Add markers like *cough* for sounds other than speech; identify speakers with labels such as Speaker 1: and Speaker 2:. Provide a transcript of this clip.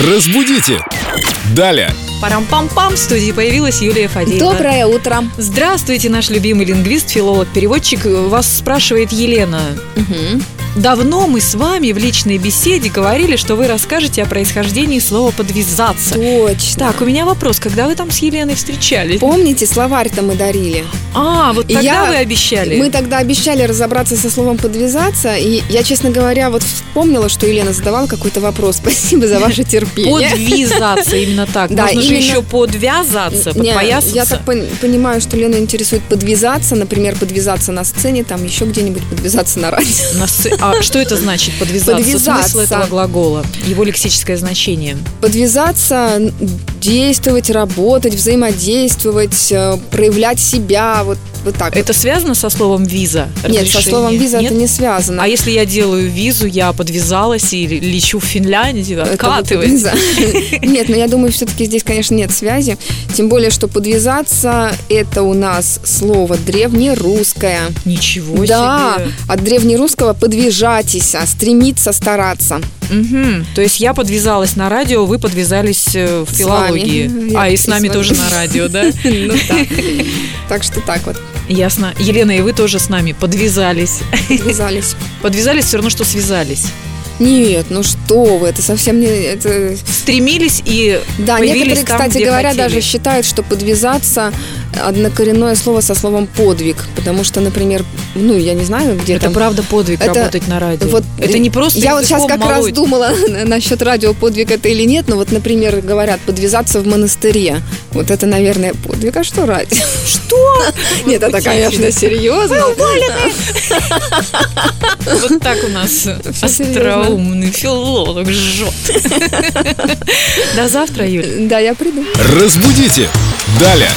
Speaker 1: Разбудите! Далее!
Speaker 2: Парам-пам-пам, в студии появилась Юлия Фадеева.
Speaker 3: Доброе утро.
Speaker 2: Здравствуйте, наш любимый лингвист, филолог, переводчик. Вас спрашивает Елена. Давно мы с вами в личной беседе говорили, что вы расскажете о происхождении слова «подвязаться».
Speaker 3: Точно.
Speaker 2: Так, у меня вопрос. Когда вы там с Еленой встречались?
Speaker 3: Помните, словарь-то мы дарили?
Speaker 2: А, вот
Speaker 3: И
Speaker 2: тогда
Speaker 3: я-
Speaker 2: вы обещали.
Speaker 3: Мы тогда обещали разобраться со словом «подвязаться», и я, честно говоря, вот вспомнила, что Елена задавала какой-то вопрос. *laughs* Спасибо за ваше терпение.
Speaker 2: Подвязаться, именно так.
Speaker 3: Да,
Speaker 2: Можно же
Speaker 3: именно-
Speaker 2: еще подвязаться,
Speaker 3: Не,
Speaker 2: подпоясаться.
Speaker 3: я так пон- понимаю, что Лену интересует подвязаться, например, подвязаться на сцене, там еще где-нибудь подвязаться на радио. *laughs*
Speaker 2: На сце- А что это значит подвязаться? Смысл
Speaker 3: Подвязаться.
Speaker 2: этого глагола, его лексическое значение.
Speaker 3: Подвязаться, н- действовать, работать, взаимодействовать, э, проявлять себя, вот, вот так.
Speaker 2: Это связано со словом виза?
Speaker 3: вот. Нет, со
Speaker 2: разрешение?
Speaker 3: словом виза
Speaker 2: Нет?
Speaker 3: это не связано.
Speaker 2: А если я делаю визу, я подвязалась и лечу в Финляндию,
Speaker 3: Это вот *laughs*
Speaker 2: откатываюсь.
Speaker 3: виза. Нет, но я думаю, все-таки здесь, конечно, нет связи. Тем более, что подвязаться – это у нас слово древнерусское.
Speaker 2: Ничего
Speaker 3: да,
Speaker 2: себе.
Speaker 3: от древнерусского подвижатесь, а
Speaker 2: *laughs*
Speaker 3: стремиться, стараться.
Speaker 2: Мгм. То есть я подвязалась на радио, вы подвязались э, в
Speaker 3: С
Speaker 2: филологии.
Speaker 3: вами. *laughs*
Speaker 2: А,
Speaker 3: Я-
Speaker 2: и с
Speaker 3: и
Speaker 2: нами
Speaker 3: с вами.
Speaker 2: тоже на радио,
Speaker 3: *laughs*
Speaker 2: да?
Speaker 3: Ну да. Так что так вот,
Speaker 2: Ясно. Елена, и вы тоже с нами подвязались.
Speaker 3: подвязались.
Speaker 2: Подвязались все равно, что связались.
Speaker 3: Нет, ну что вы, это совсем не... Это...
Speaker 2: Стремились и
Speaker 3: Да,
Speaker 2: Появились
Speaker 3: некоторые,
Speaker 2: там,
Speaker 3: кстати
Speaker 2: где
Speaker 3: говоря,
Speaker 2: хотели.
Speaker 3: даже считают, что подвязаться однокоренное слово со словом подвиг, потому что, например, ну, я не знаю, где
Speaker 2: это
Speaker 3: там...
Speaker 2: правда подвиг
Speaker 3: это-
Speaker 2: работать на радио.
Speaker 3: вот-
Speaker 2: это не просто
Speaker 3: Я вот сейчас
Speaker 2: языком
Speaker 3: как раз
Speaker 2: молоть.
Speaker 3: думала *laughs* насчет радио подвиг это или нет, но вот, например, говорят, подвязаться в монастыре. Вот это, наверное, подвиг, а что ради? Что? *laughs* Нет, это,
Speaker 2: *laughs*
Speaker 3: конечно, серьезно.
Speaker 2: Вот так у нас
Speaker 3: серьезно.
Speaker 2: остроумный филолог жжет. До завтра, Юля.
Speaker 3: Да, я приду.
Speaker 1: Разбудите! Далее!